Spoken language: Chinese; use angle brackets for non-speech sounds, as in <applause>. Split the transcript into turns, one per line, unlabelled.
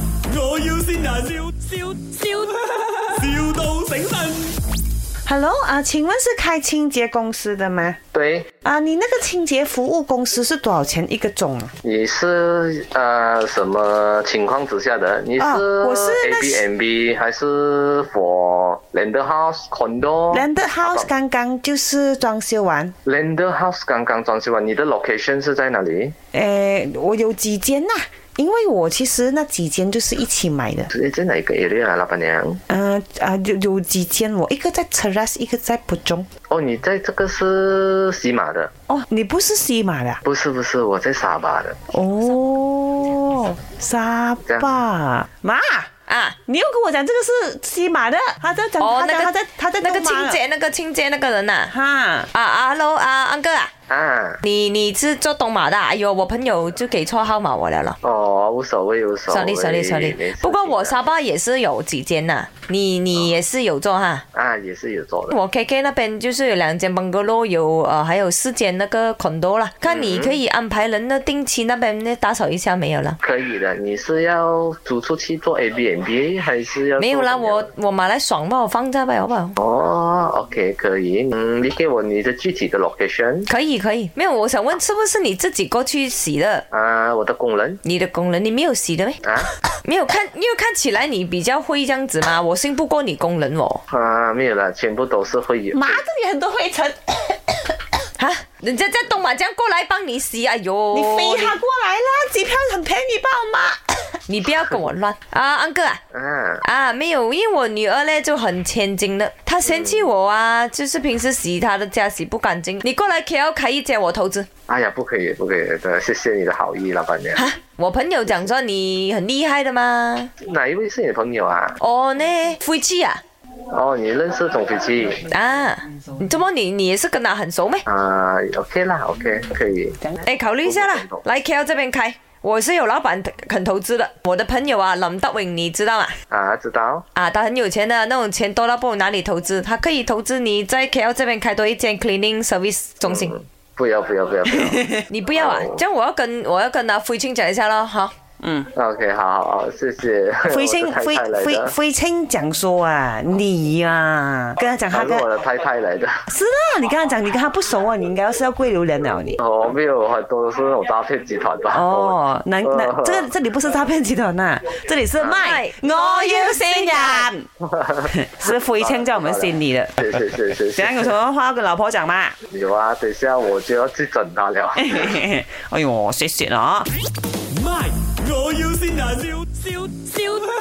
要先人，笑笑笑，,笑到醒 <laughs> 神。
Hello 啊，请问是开清洁公司的吗？
对，
啊，你那个清洁服务公司是多少钱一个钟啊？
你是呃什么情况之下的？你是
哦我是那
A B M B 还是 for Lander House condo
Landed House 刚刚就是装修完，
Lander House 刚刚装修完，你的 location 是在哪里？
诶，我有几间呐、因为我其实那几间就是一起买的，
是在哪一个 area 啊，老板娘？
嗯啊，有有几间我一个在 Terrace，一个在浦中。
哦，你在这个是西马的，
哦，你不是西马的啊、
不是不是，我在沙巴的。
哦，沙
这样
巴妈。
啊。
你又跟我讲这个是西马的，他在讲、
哦，
他
那
讲
个
他在他在
那个
东马
清
了
洁那个清洁那个人呐、
哈，
啊，啊，hello 啊，安哥啊，
啊，
你你是做东马的啊？哎呦，我朋友就给错号码我了了。
哦，无所谓无所谓
sorry sorry
没
sorry，
事
不过我
情的
沙巴也是有几间呐、你你也是有做哈？
啊也是有做的。
我 KK 那边就是有两间 bungalow，有呃还有四间那个 condo 啦，看
嗯
你可以安排人呢定期那边呢打扫一下没有啦？
可以的，你是要租出去做 A B M B 还是要做
没有啦，
什么样的
我我买来爽吧，我放在吧，好不好？
哦，OK，可以。嗯，你给我你的具体的 location
可以可以，没有，我想问是不是你自己过去洗的？
啊，我的工人
你的工人你没有洗的咩？ <coughs>
啊
没有看，因为看起来你比较会这样子嘛，我信不过你工人哦。
啊，没有了，全部都是会有。
妈这里很多灰尘，
哈，人家在东马这样过来帮你洗，哎呦，
哦
你飞他过来啦，机票很便宜吧，妈。
你，你不要跟我乱啊，安哥啊。
啊，
啊，没有，因为我女儿呢就很千金的，她嫌弃我啊，就是平时洗她的家洗不干净。你过来 KL 开一间我投资
哎呀，不可以，不可以的，谢谢你的好意，老板娘。
啊，我朋友讲说你很厉害的嘛。
哪一位是你的朋友啊？
哦呢，夫妻啊，
哦，你认识董飞机
啊，你怎么你你也是跟他很熟咩？
啊？OK 啦，OK，可以。
哎，考虑一下啦，来 KL 这边开，我是有老板肯投资的，我的朋友啊林德荣你知道吗？
啊，知道。
啊，他很有钱的，那种钱多到不懂哪里投资，他可以投资你在 KL 这边开多一间 cleaning service 中心。
嗯，不要，不要，不要，不要。
<laughs>
你不要啊
哦！
这样我要跟我要跟阿慧清讲一下咯，好，
OK，好好好，谢谢。
<laughs> 飞
我
青
是太
飞
太来
飞
的，啊
飞青讲说啊，你呀、跟他讲
他
他
是
跟
我的太太来的。
是啦，你跟他讲你跟他不熟啊，你应该要是要贵榴莲了你。
哦，没有，很多都是那种诈骗集团吧。
哦，难难
哦，啊
这个这里不是诈骗集团呐，这里是卖
卖，
我要新人，是飞青叫我们新你的。
<laughs> 谢谢谢谢
想
谢
要有什么话要跟老婆讲嘛？ <laughs>
有啊，等一下我就要去整他了。
哎呦，谢谢了啊。
<laughs> My，我要先人，笑笑笑，,